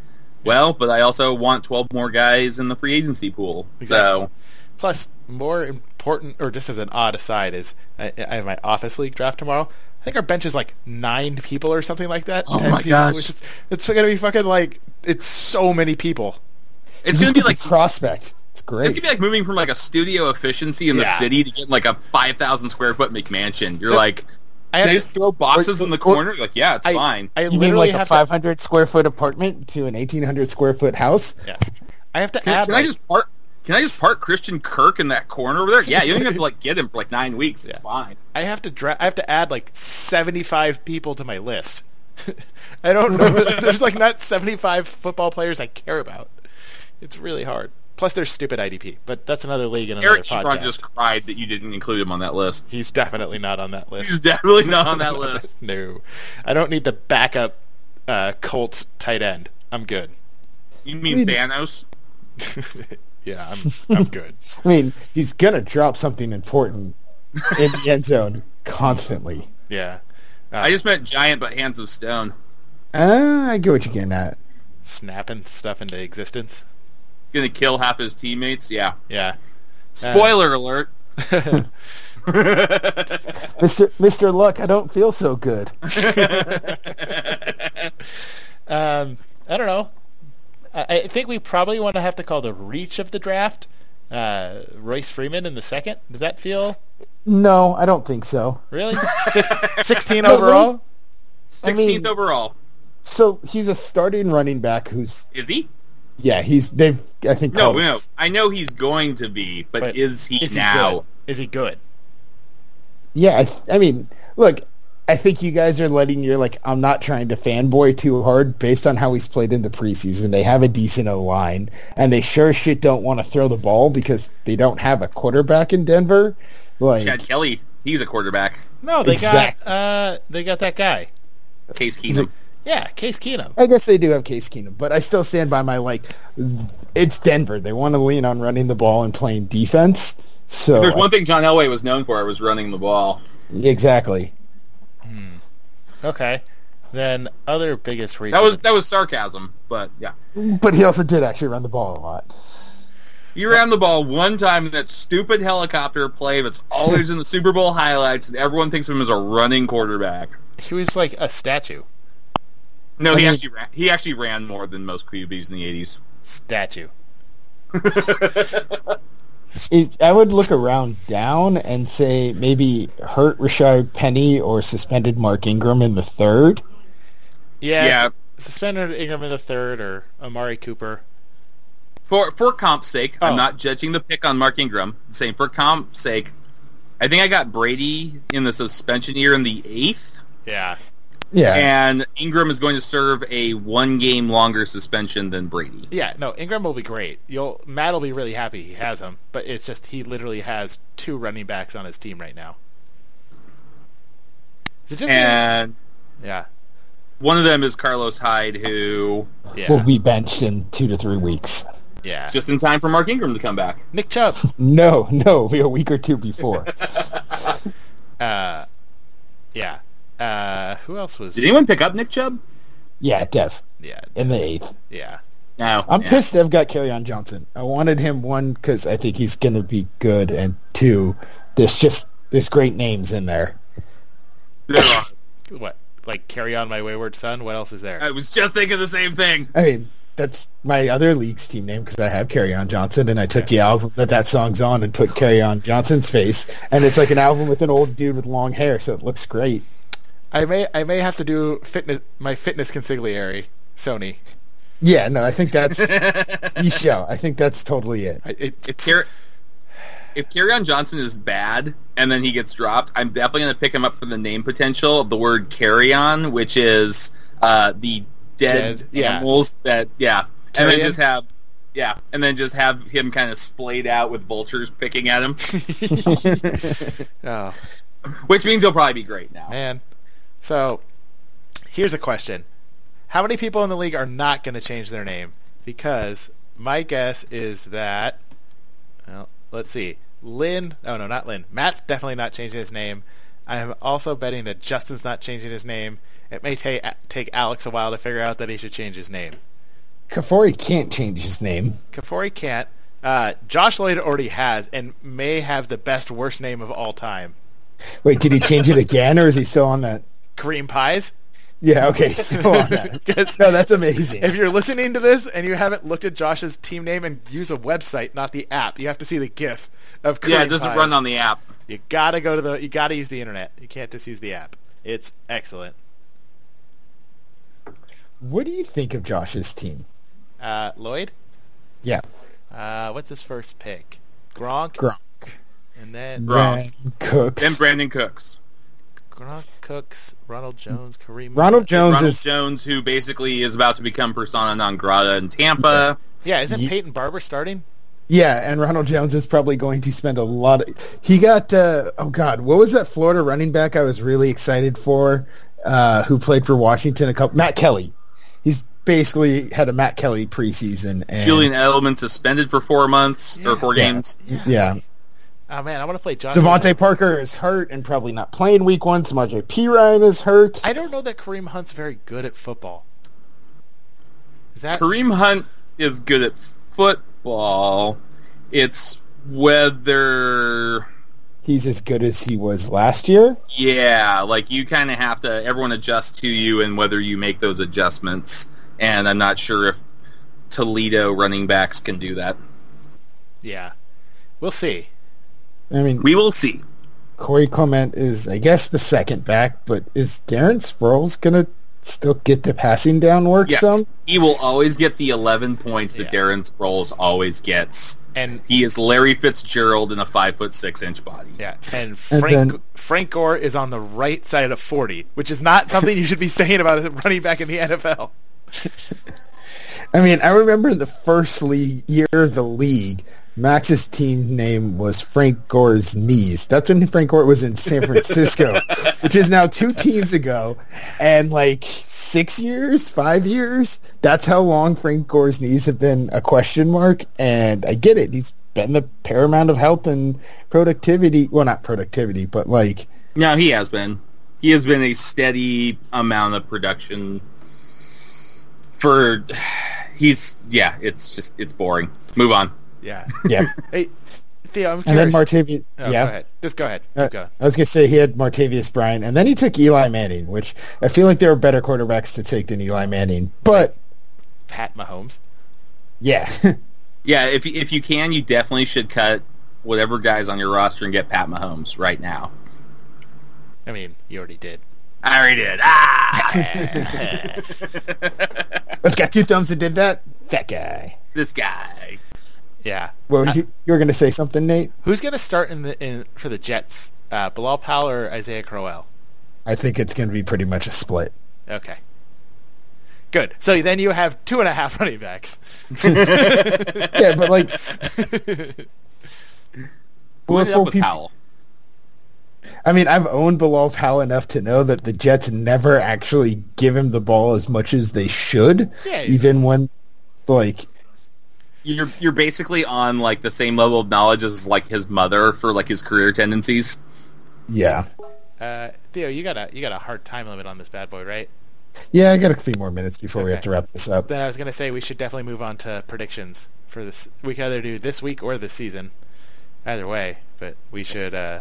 well, but I also want 12 more guys in the free agency pool. So Plus, more important, or just as an odd aside, is I, I have my office league draft tomorrow. I think our bench is like nine people or something like that. Oh ten my people, gosh. Which is, it's going to be fucking like it's so many people. it's Just gonna be get like the prospect. It's it's great. gonna be like moving from like a studio efficiency in the Yeah. city to getting like a 5,000 square foot McMansion. You're Yeah. like, I can had- I just throw boxes in the or- corner? like, yeah, it's I, fine. I you mean literally like a have 500 square foot apartment to an 1,800 square foot house? to. Yeah. I have to Can, add. can I like- just park? Can I just park Christian Kirk in that corner over there? Yeah, you don't even have to like get him for like nine weeks. It's Yeah. fine. I have to dra- I have to add like 75 people to my list. I don't know. there's like not 75 football players I care about. It's really hard. Plus, there's stupid IDP, but that's another league and another Eric Ebron podcast. just cried that you didn't include him on that list. He's definitely not on that list. He's definitely not on that list. no, I don't need the backup uh, Colts tight end. I'm good. You mean Thanos? yeah, I'm I'm good. I mean, he's going to drop something important in the end zone constantly. Yeah, Uh, I just meant giant but hands of stone. Ah, I get what you're getting at. snapping stuff into existence. Gonna kill half his teammates. Yeah. Yeah. Spoiler alert. Mister Mister Luck, I don't feel so good. Um, I don't know. I, I think we probably want to have to call the reach of the draft uh, Royce Freeman in the second. Does that feel No, I don't think so. really sixteen No, overall? Lou- 16th I mean- overall. So he's a starting running back who's Is he? yeah he's they've I think No, called- no. I know he's going to be, but, But is he Is he now? good? Is he good? yeah I, I mean look I think you guys are letting your like I'm not trying to fanboy too hard based on how he's played in the preseason they have a decent O line and they sure as shit don't want to throw the ball because they don't have a quarterback in Denver like Chad Kelly, he's a quarterback. No, they Exact- got uh, they got that guy. Case He's a- Keenum. Yeah, Case Keenum. I guess they do have Case Keenum, but I still stand by my like. It's Denver. They want to lean on running the ball and playing defense. So There's one thing John Elway was known for was running the ball. exactly. Okay. Then other biggest reach. That of was the- that was sarcasm, but yeah. But he also did actually run the ball a lot. You ran the ball one time in that stupid helicopter play that's always in the Super Bowl highlights, and everyone thinks of him as a running quarterback. he was like a statue. I No, he mean- actually ran, he actually ran more than most QBs in the '80s. Statue. It, I would look around down and say maybe hurt Rashard Penny or suspended Mark Ingram in the third. Yeah. Yeah. s- Suspended Ingram in the third or Amari Cooper. For for comp's sake, Oh. I'm not judging the pick on Mark Ingram. I'm saying for comp's sake, I think I got Brady in the suspension year in the eighth, Yeah. Yeah, and Ingram is going to serve a one game longer suspension than Brady. Yeah, no, Ingram will be great. You'll Matt will be really happy he has him, but it's just he literally has two running backs on his team right now. Is it just me? And yeah, one of them is Carlos Hyde, who yeah, will be benched in two to three weeks. yeah. just in time for Mark Ingram to come back. Nick Chubb. No, no, a week or two before. Uh, yeah. Uh, who else was? Did anyone pick up Nick Chubb? yeah, Dev Yeah, in the eighth. yeah. No, I'm Yeah. pissed they've got Kellyon Johnson. I wanted him one because I think he's going to be good, and two, there's just there's great names in there. There are. What? Like carry on my wayward son. What else is there? I was just thinking the same thing. I mean, that's my other league's team name because I have Kellyon Johnson, and I took the album that that song's on and put Kellyon Johnson's face, and it's like an album with an old dude with long hair, so it looks great. I may I may have to do fitness my fitness consigliere Sony. Yeah, no, I think that's you show. I think that's totally it. I, it, If Car- if Carrion Johnson is bad and then he gets dropped, I'm definitely going to pick him up for the name potential of the word carrion, which is uh, the dead, Dead, yeah. animals that yeah, and Carrion? then just have yeah, and then just have him kind of splayed out with vultures picking at him, oh which means he'll probably be great now. man. So here's a question: How many people in the league are not going to change their name? Because my guess is that well, let's see, Lynn. Oh no, not Lynn. Matt's definitely not changing his name. I am also betting that Justin's not changing his name. It may ta- take Alex a while to figure out that he should change his name. Kafori can't change his name. Kafori can't. Uh, Josh Lloyd already has and may have the best worst name of all time. Wait, did he change it again, or is he still on that? Kareem Pies. Yeah, okay, still on that. 'Cause No, that's amazing. if you're listening to this and you haven't looked at Josh's team name and use a website, not the app, you have to see the GIF of Kareem Yeah, it doesn't Pies. run on the app. You gotta go to the. You gotta use the internet. You can't just use the app. It's excellent. What do you think of Josh's team? Uh, Lloyd. Yeah, Uh, what's his first pick? Gronk. Gronk. and then Gronk. Ren Cooks. Then Brandon Cooks, Gronk Cooks, Ronald Jones, Kareem. Ronald Jones Ronald is Jones, who basically is about to become persona non grata in Tampa. Yeah, isn't Ye- Peyton Barber starting? yeah, and Ronald Jones is probably going to spend a lot of. He got uh, oh god, what was that Florida running back I was really excited for, uh, who played for Washington a couple Matt Kelly. He's basically had a Matt Kelly preseason and Julian Edelman suspended for four months or Yeah. four Yeah. games. yeah. Oh man, I want to play John. Devontae Parker is hurt and probably not playing week one. Samaje P Ryan is hurt. I don't know that Kareem Hunt's very good at football. Is that Kareem Hunt is good at football. It's whether he's as good as he was last year. Yeah, like you kind of have to. Everyone adjusts to you, and whether you make those adjustments. And I'm not sure if Toledo running backs can do that. Yeah, we'll see. I mean, We will see. Corey Clement is, I guess, the second back, but is Darren Sproles gonna still get the passing down work Yes, some? he will always get the 11 points that Yeah. Darren Sproles always gets. And He is Larry Fitzgerald in a five foot six inch body. yeah, and And Frank then- Frank Gore is on the right side of forty, which is not something you should be saying about a running back in the NFL. I mean, I remember the first league year of the league. Max's team name was Frank Gore's knees. That's when Frank Gore was in San Francisco, which is now two teams ago, and like six years, five years. That's how long Frank Gore's knees have been a question mark. And I get it; he's been the paramount of help and productivity. Well, not productivity, but like No, he has been. He has been a steady amount of production for. He's yeah. It's just it's boring. Move on. Yeah. yeah. Hey, Theo, I'm And then curious. Martavius, Oh, yeah. Go ahead. Just go ahead. Uh, Keep going. I was going to say he had Martavius Bryant, and then he took Eli Manning, which I feel like there are better quarterbacks to take than Eli Manning. But Pat Mahomes. yeah, Yeah, if if you can, you definitely should cut whatever guys on your roster and get Pat Mahomes right now. I mean, you already did. I already did. Ah, let's got two thumbs that did that. That guy. this guy. yeah. What was you, you were going to say something, Nate? Who's going to start in the in for the Jets? Uh, Bilal Powell or Isaiah Crowell? I think it's going to be pretty much a split. Okay. Good. So then you have two and a half running backs. Yeah, but like Who Uh, Well, ended for up with peop- Powell? I mean, I've owned Bilal Powell enough to know that the Jets never actually give him the ball as much as they should, Yeah. even when like You're you're basically on like the same level of knowledge as like his mother for like his career tendencies. yeah. Uh, Theo, you got a you got a hard time limit on this bad boy, right? Yeah, I got a few more minutes before we have Okay. to wrap this up. Then I was going to say we should definitely move on to predictions for this. We can either do this week or this season, either way. But we should uh,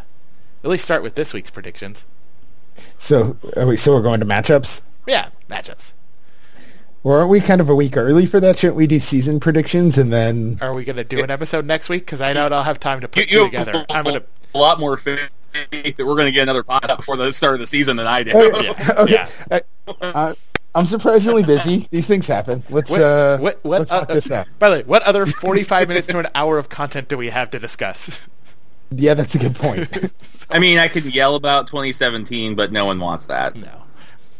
at least start with this week's predictions. So, are we, so we're going to matchups. Yeah, matchups. Well, aren't we kind of a week early for that? Shouldn't we do season predictions and then? Are we going to do an episode next week? Because I know I'll have time to put two together. I'm going to. a lot more faith that we're going to get another pod up before the start of the season than I do. okay. yeah. I, I, I'm surprisingly busy. These things happen. Let's What, uh, what, what, let's uh, knock this out. By the way, what other 45 minutes to an hour of content do we have to discuss? Yeah, that's a good point. I mean, I can yell about 2017, but no one wants that. No,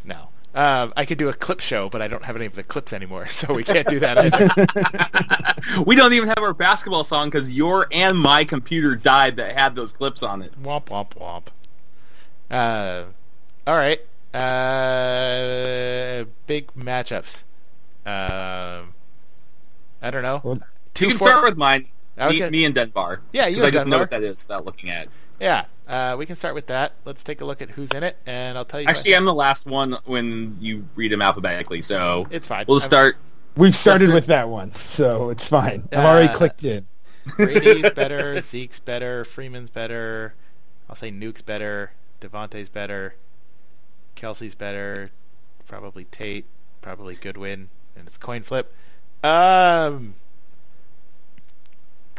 no. Um, I could do a clip show, but I don't have any of the clips anymore, so we can't do that either. We don't even have our basketball song because your and my computer died that had those clips on it. womp womp womp. Uh, all right. Uh, big matchups. Um, I don't know. Well, Two You can four- start with mine. I was Me, gonna- me and Denver. Yeah, you 'Cause I and just know Denver. what that is without looking at. it. yeah, uh, we can start with that. Let's take a look at who's in it, and I'll tell you. what I Actually, think. I'm the last one when you read them alphabetically, so it's fine. we'll I'm- start. We've started with that one, so it's fine. I've already Uh, clicked in. Brady's better. Zeke's better. Freeman's better. I'll say Nuke's better. Devontae's better. Kelsey's better. Probably Tate. Probably Goodwin. And it's coin flip. Um,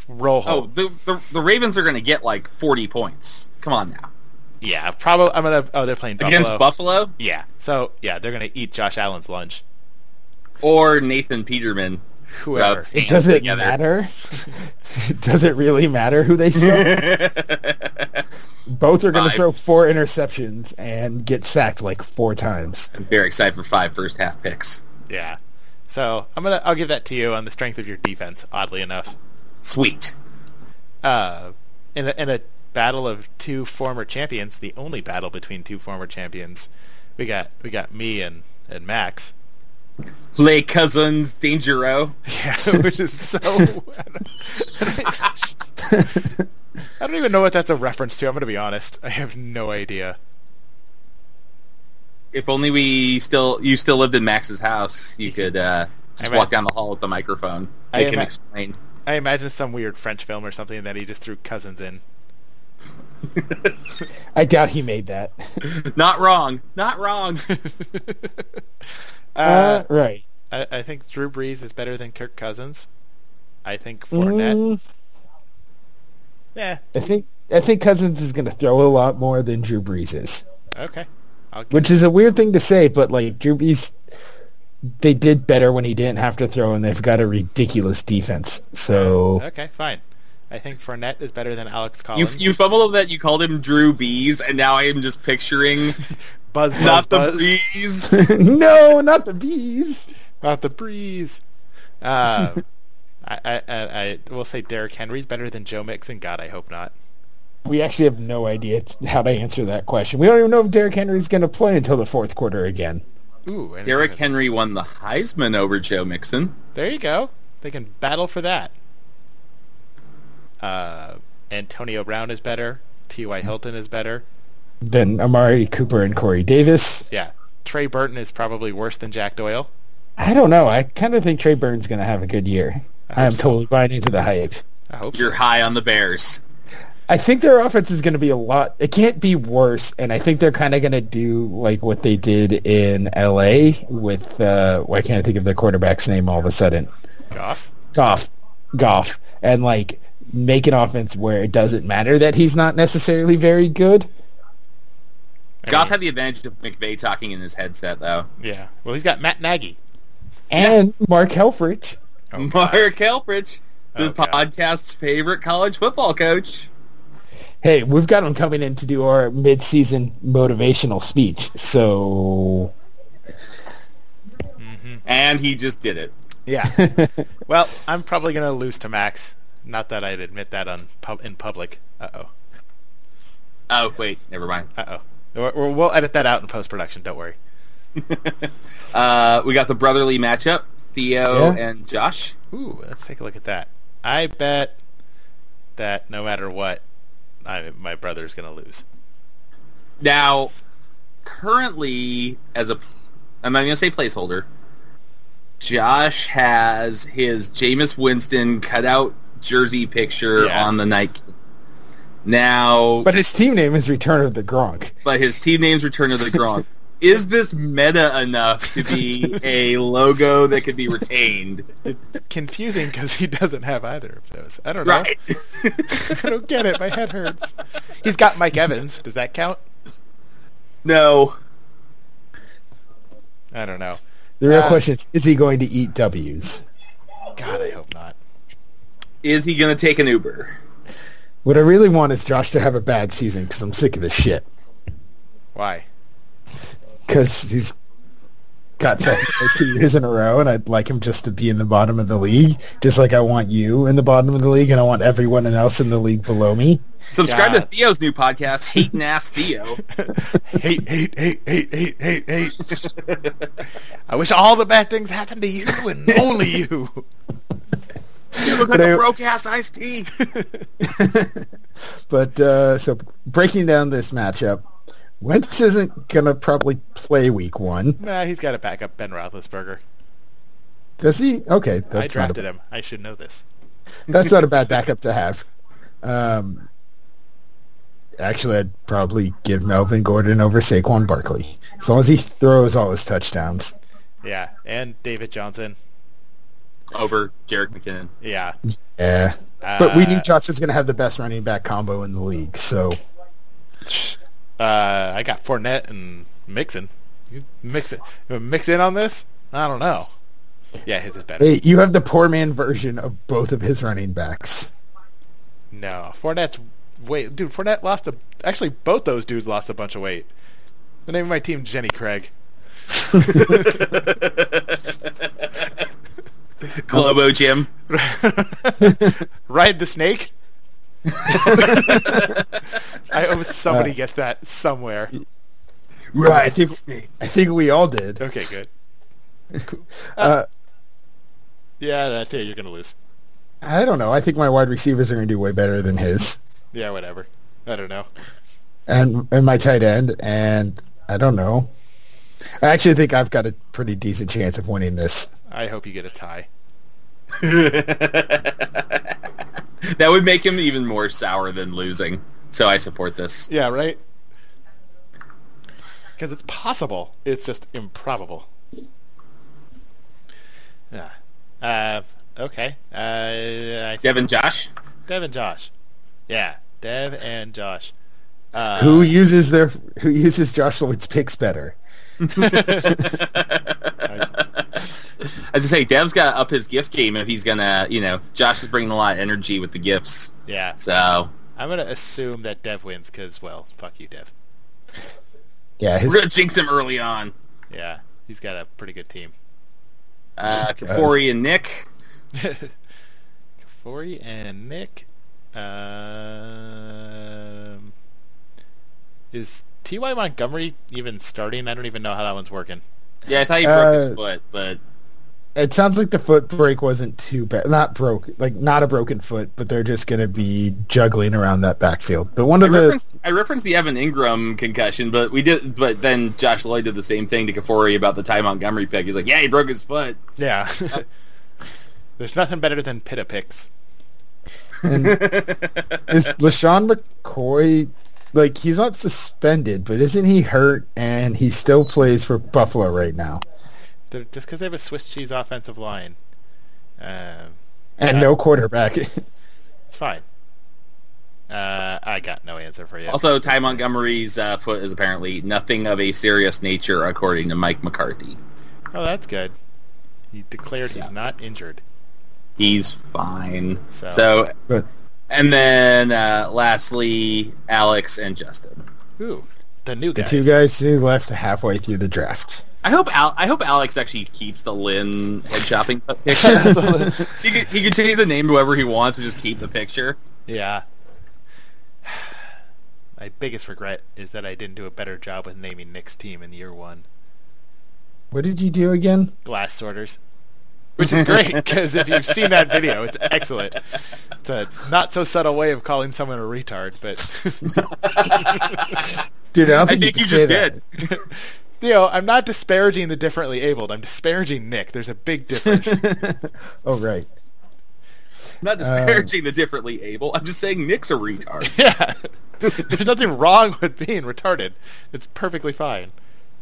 roll. Oh, Oh, the, the the Ravens are going to get like 40 points. Come on now, yeah. Probably. I'm gonna. Oh, they're playing Buffalo. against Buffalo Yeah. So yeah, they're gonna eat Josh Allen's lunch. or Nathan Peterman. Whoever. Routes. It doesn't together. matter. Does it really matter who they start? Both are going Five. to throw four interceptions and get sacked like four times. I'm very excited for five first half picks. Yeah. So I'm gonna. I'll give that to you on the strength of your defense. Oddly enough. Sweet. uh, in a, in a battle of two former champions, the only battle between two former champions, we got we got me and and Max, Play cousins, Dangero. yeah, which is so. I don't, I don't even know what that's a reference to. I'm going to be honest. I have no idea. If only we still you still lived in Max's house, you could uh, just I mean- walk down the hall with the microphone. I They can ima- explain. I imagine some weird French film or something that he just threw cousins in. I doubt he made that. Not wrong. Not wrong. Uh, Uh, right. I, I think Drew Brees is better than Kirk Cousins. I think Fournette. Eh, Mm, Yeah. I think I think Cousins is going to throw a lot more than Drew Brees is, Okay. I'll give which is a weird thing to say, but like Drew Brees, they did better when he didn't have to throw, and they've got a ridiculous defense. So Okay, fine. I think Fournette is better than Alex You, Collins. you fumble over that you called him Drew Bees, and now I am just picturing buzz, buzz, not the buzz. Bees. no, not the bees. Not the breeze. Uh, I, I, I, I will say Derrick Henry's better than Joe Mixon. God, I hope not. We actually have no idea t- how to answer that question. We don't even know if Derrick Henry's going to play until the fourth quarter again. Ooh, I didn't Derrick even- Henry won the Heisman over Joe Mixon. There you go. They can battle for that. Uh, Antonio Brown is better. T.Y. Hmm. Hilton is better. Then Amari Cooper and Corey Davis. Yeah. Trey Burton is probably worse than Jack Doyle. I don't know. I kind of think Trey Burton's going to have a good year. I hope I am so. totally buying into the hype. I hope You're so. high on the Bears. I think their offense is going to be a lot. It can't be worse, and I think they're kind of going to do like what they did in L.A. with uh, why can't I think of their quarterback's name all of a sudden? Goff. Goff, Goff, and like make an offense where it doesn't matter that he's not necessarily very good. I Goff mean, had the advantage of McVay talking in his headset, though. yeah. Well, he's got Matt Nagy. And Mark Helfrich, Oh, God. Mark Helfrich, the Oh, God. podcast's favorite college football coach. hey, we've got him coming in to do our mid-season motivational speech. So And he just did it. Yeah. well, I'm probably going to lose to Max. Not that I'd admit that on pub- in public. Uh-oh. Oh, wait, never mind. Uh-oh. We're- we're- We'll edit that out in post-production. Don't worry. Uh, we got the brotherly matchup, Theo Yeah. and Josh. Ooh, let's take a look at that. I bet that no matter what, I, my brother's going to lose. Now, currently, as a, I'm not going to say placeholder, Josh has his Jameis Winston cutout jersey picture Yeah. on the night. Now, But but, his team name is Return of the Gronk. his team name's Return of the Gronk. Is this meta enough to be a logo that could be retained? Confusing because he doesn't have either of those. I don't know. Right. I don't get it. My head hurts. He's got Mike Evans. Does that count? No. I don't know. The real Uh, question is, is he going to eat W's? God, I hope not. Is he going to take an Uber? What I really want is Josh to have a bad season because I'm sick of this shit. Why? Because he's got second place two years in a row, and I'd like him just to be in the bottom of the league, just like I want you in the bottom of the league, and I want everyone else in the league below me. Subscribe to God. Theo's new podcast, Hate and Ass Theo. hate, hate, hate, hate, hate, hate, hate. I wish all the bad things happened to you and only you. You look like But I- a broke ass iced tea. But uh, so breaking down this matchup, Wentz isn't gonna probably play week one, Nah, he's got to back up Ben Roethlisberger. does he? Okay, I that's not a drafted him. I should know this. That's not a bad backup to have. Um, actually, I'd probably give Melvin Gordon over Saquon Barkley as long as he throws all his touchdowns. Yeah, and David Johnson. Over Jarek McKinnon. Yeah, Yeah, Eh. but we Uh, knew Josh was going to have the best running back combo in the league. So uh, I got Fournette and Mixon. You mix it, you wanna mix in on this? I don't know. Yeah, his is better. hey, you have the poor man version of both of his running backs. No, Fournette's wait, dude. Fournette lost a. Actually, both those dudes lost a bunch of weight. The name of my team, Jenny Craig. Globo Jim. Ride the snake. I hope somebody gets that somewhere. Right, I think I think we all did. Okay, good. Cool. Uh, Yeah, I tell you, you're gonna lose. I don't know. I think my wide receivers are going to do way better than his, Yeah, whatever. I don't know. and and my tight end, and I don't know. I actually think I've got a pretty decent chance of winning this. I hope you get a tie. that would make him even more sour than losing. So I support this. Yeah, right? Because it's possible. It's just improbable. Yeah. Uh, okay. Uh, I Devin Josh? Dev and Josh. Yeah, Dev and Josh. Uh, Who uses their who uses Josh Lloyd's picks better? As I say, Dev's got to up his gift game if he's gonna, you know, Josh is bringing a lot of energy with the gifts. Yeah, So I'm gonna assume that Dev wins because, well, fuck you, Dev. Yeah, his, we're gonna jinx him early on. Yeah, he's got a pretty good team. Uh, Corey and Nick. Kafori and Nick. Um, is T.Y. Montgomery even starting? I don't even know how that one's working. Yeah, I thought he broke his Uh, foot, but it sounds like the foot break wasn't too bad. Not broke, like not a broken foot, but they're just going to be juggling around that backfield. But one I of the referenced, I referenced the Evan Ingram concussion, but we did. But then Josh Lloyd did the same thing to Kafori about the Ty Montgomery pick. He's like, "Yeah, he broke his foot." Yeah. There's nothing better than pita picks. is LaShawn McCoy like he's not suspended, but isn't he hurt and he still plays for Buffalo right now? They're, just because they have a Swiss cheese offensive line, um, And no quarterback. it's fine. Uh, I got no answer for you. Also, Ty Montgomery's uh, foot is apparently nothing of a serious nature, according to Mike McCarthy. oh, that's good. He declared he's So- not injured. He's fine. So- So, but and then uh, lastly, Alex and Justin. Ooh, the new the two guys who left halfway through the draft. I hope Al- I hope Alex actually keeps the Lynn head chopping picture. guys. he, could, he could change the name to whoever he wants, but just keep the picture. yeah. My biggest regret is that I didn't do a better job with naming Nick's team in year one. What did you do again? glass sorters, which is great because if you've seen that video, it's excellent. It's a not so subtle way of calling someone a retard, but Dude, I don't I think, think you could say just that. did. you know, I'm not disparaging the differently abled. I'm disparaging Nick. There's a big difference. Oh right. not disparaging the differently able. I'm just saying Nick's a retard. yeah, there's nothing wrong with being retarded. It's perfectly fine.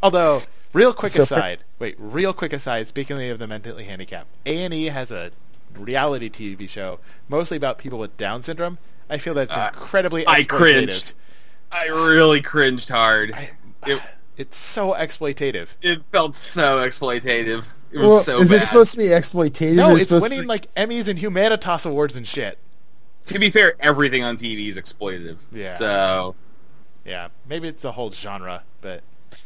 Although, real quick So for- aside, wait, real quick aside. Speaking of the mentally handicapped, A and E has a reality TV show mostly about people with Down syndrome. I feel that's Uh, incredibly I exploitative. cringed. I really cringed hard. I- It, It's so exploitative. it felt so exploitative. It was Well, so is bad. it supposed to be exploitative? No, or it's supposed winning to be- like Emmys and Humanitas awards and shit. to be fair, everything on TV is exploitative. Yeah. So Yeah, maybe it's the whole genre, but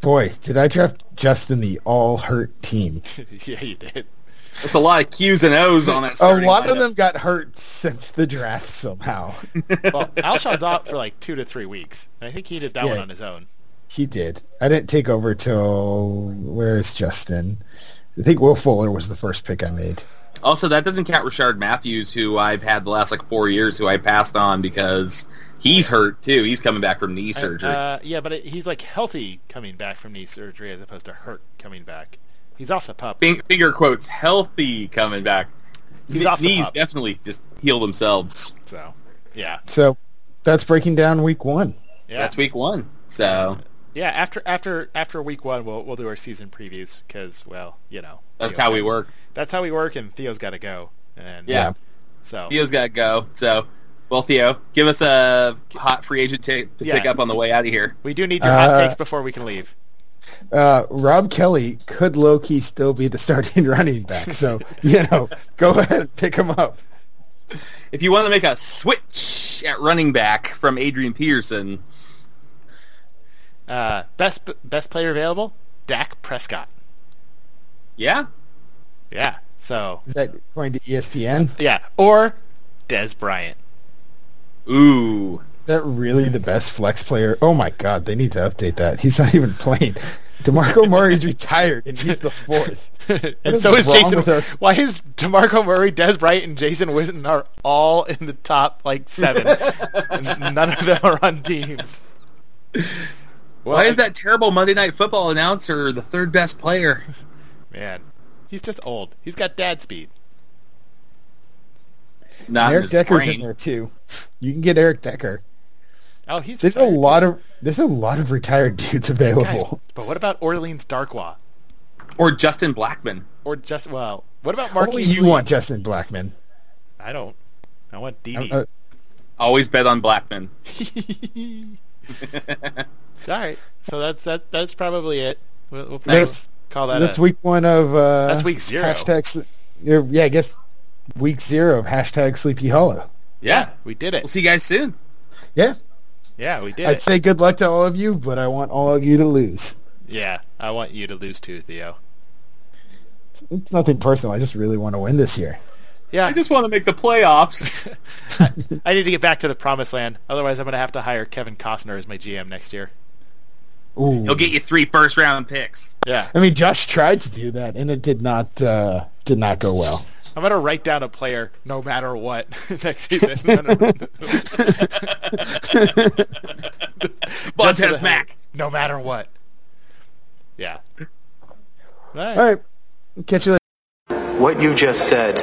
boy, did I draft Justin the all hurt team? yeah, you did. it's a lot of Q's and O's on that. A starting lot of lineup. them got hurt since the draft somehow. Well, Alshon's out for like two to three weeks. I think he did that Yeah. one on his own. he did. I didn't take over till where is Justin? I think Will Fuller was the first pick I made. Also, that doesn't count Richard Matthews, who I've had the last like four years, who I passed on because he's hurt too. He's coming back from knee surgery. Uh, yeah, but it, he's like healthy coming back from knee surgery as opposed to hurt coming back. He's off the pup. Fing- Finger quotes healthy coming back. He's Kn- off the knees pop. definitely just heal themselves. So, yeah, So that's breaking down week one. yeah, That's week one. So yeah. After after after week one, we'll we'll do our season previews because well, you know, that's Theo- how we work. That's how we work, and Theo's got to go. And Yeah. so Theo's got to go. So, well, Theo, give us a hot free agent take to Yeah. pick up on the way out of here. we do need your hot Uh, takes before we can leave. Uh, Rob Kelly could low key still be the starting running back. So, you know, go ahead and pick him up. If you want to make a switch at running back from Adrian Peterson, Uh, best best player available, Dak Prescott. yeah, Yeah. So Is that going to E ESPN? Is yeah, or Des Bryant. ooh, that really the best flex player? Oh my God, they need to update that. He's not even playing. DeMarco Murray's retired and he's the fourth. and is so is wrong Jason. with our- Why is Demarco Murray, Des Bryant, and Jason Witten are all in the top like seven, and none of them are on teams. Well, Why is that terrible Monday Night Football announcer the third best player? man? He's just old. He's got dad speed. Not And in Eric his Decker's brain. in there too. You can get Eric Decker. Oh, he's There's a retired, too. lot of there's a lot of retired dudes Guys, available. but what about Orleans Darkwa Or Justin Blackman. or just well? What about Marquis? Only you Lee? want Justin Blackman. I don't. I want Didi. Uh, Always bet on Blackman. uh, All right. So that's that. That's probably it. We'll, we'll probably That's- call that. that's a, uh, week one of uh, That's week zero. Hashtags. Yeah, I guess week zero of hashtag Sleepy Hollow. Yeah. We did it. We'll see you guys soon. Yeah, Yeah, we did I'd it. say good luck to all of you, but I want all of you to lose. yeah, I want you to lose too, Theo. It's nothing personal. I just really want to win this year. Yeah, I just want to make the playoffs. I need to get back to the promised land. Otherwise, I'm going to have to hire Kevin Costner as my GM next year. Ooh. He'll get you three first round picks. Yeah, I mean, Josh tried to do that, and it did not uh, did not go well. I'm going to write down a player no matter what next season. I'm gonna- Just for the Montez hell- Mack. No matter what. Yeah. All right. All right, catch you later. What you just said